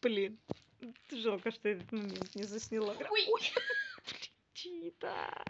Блин, жалко, что я этот момент не засняла. Ой. Чита.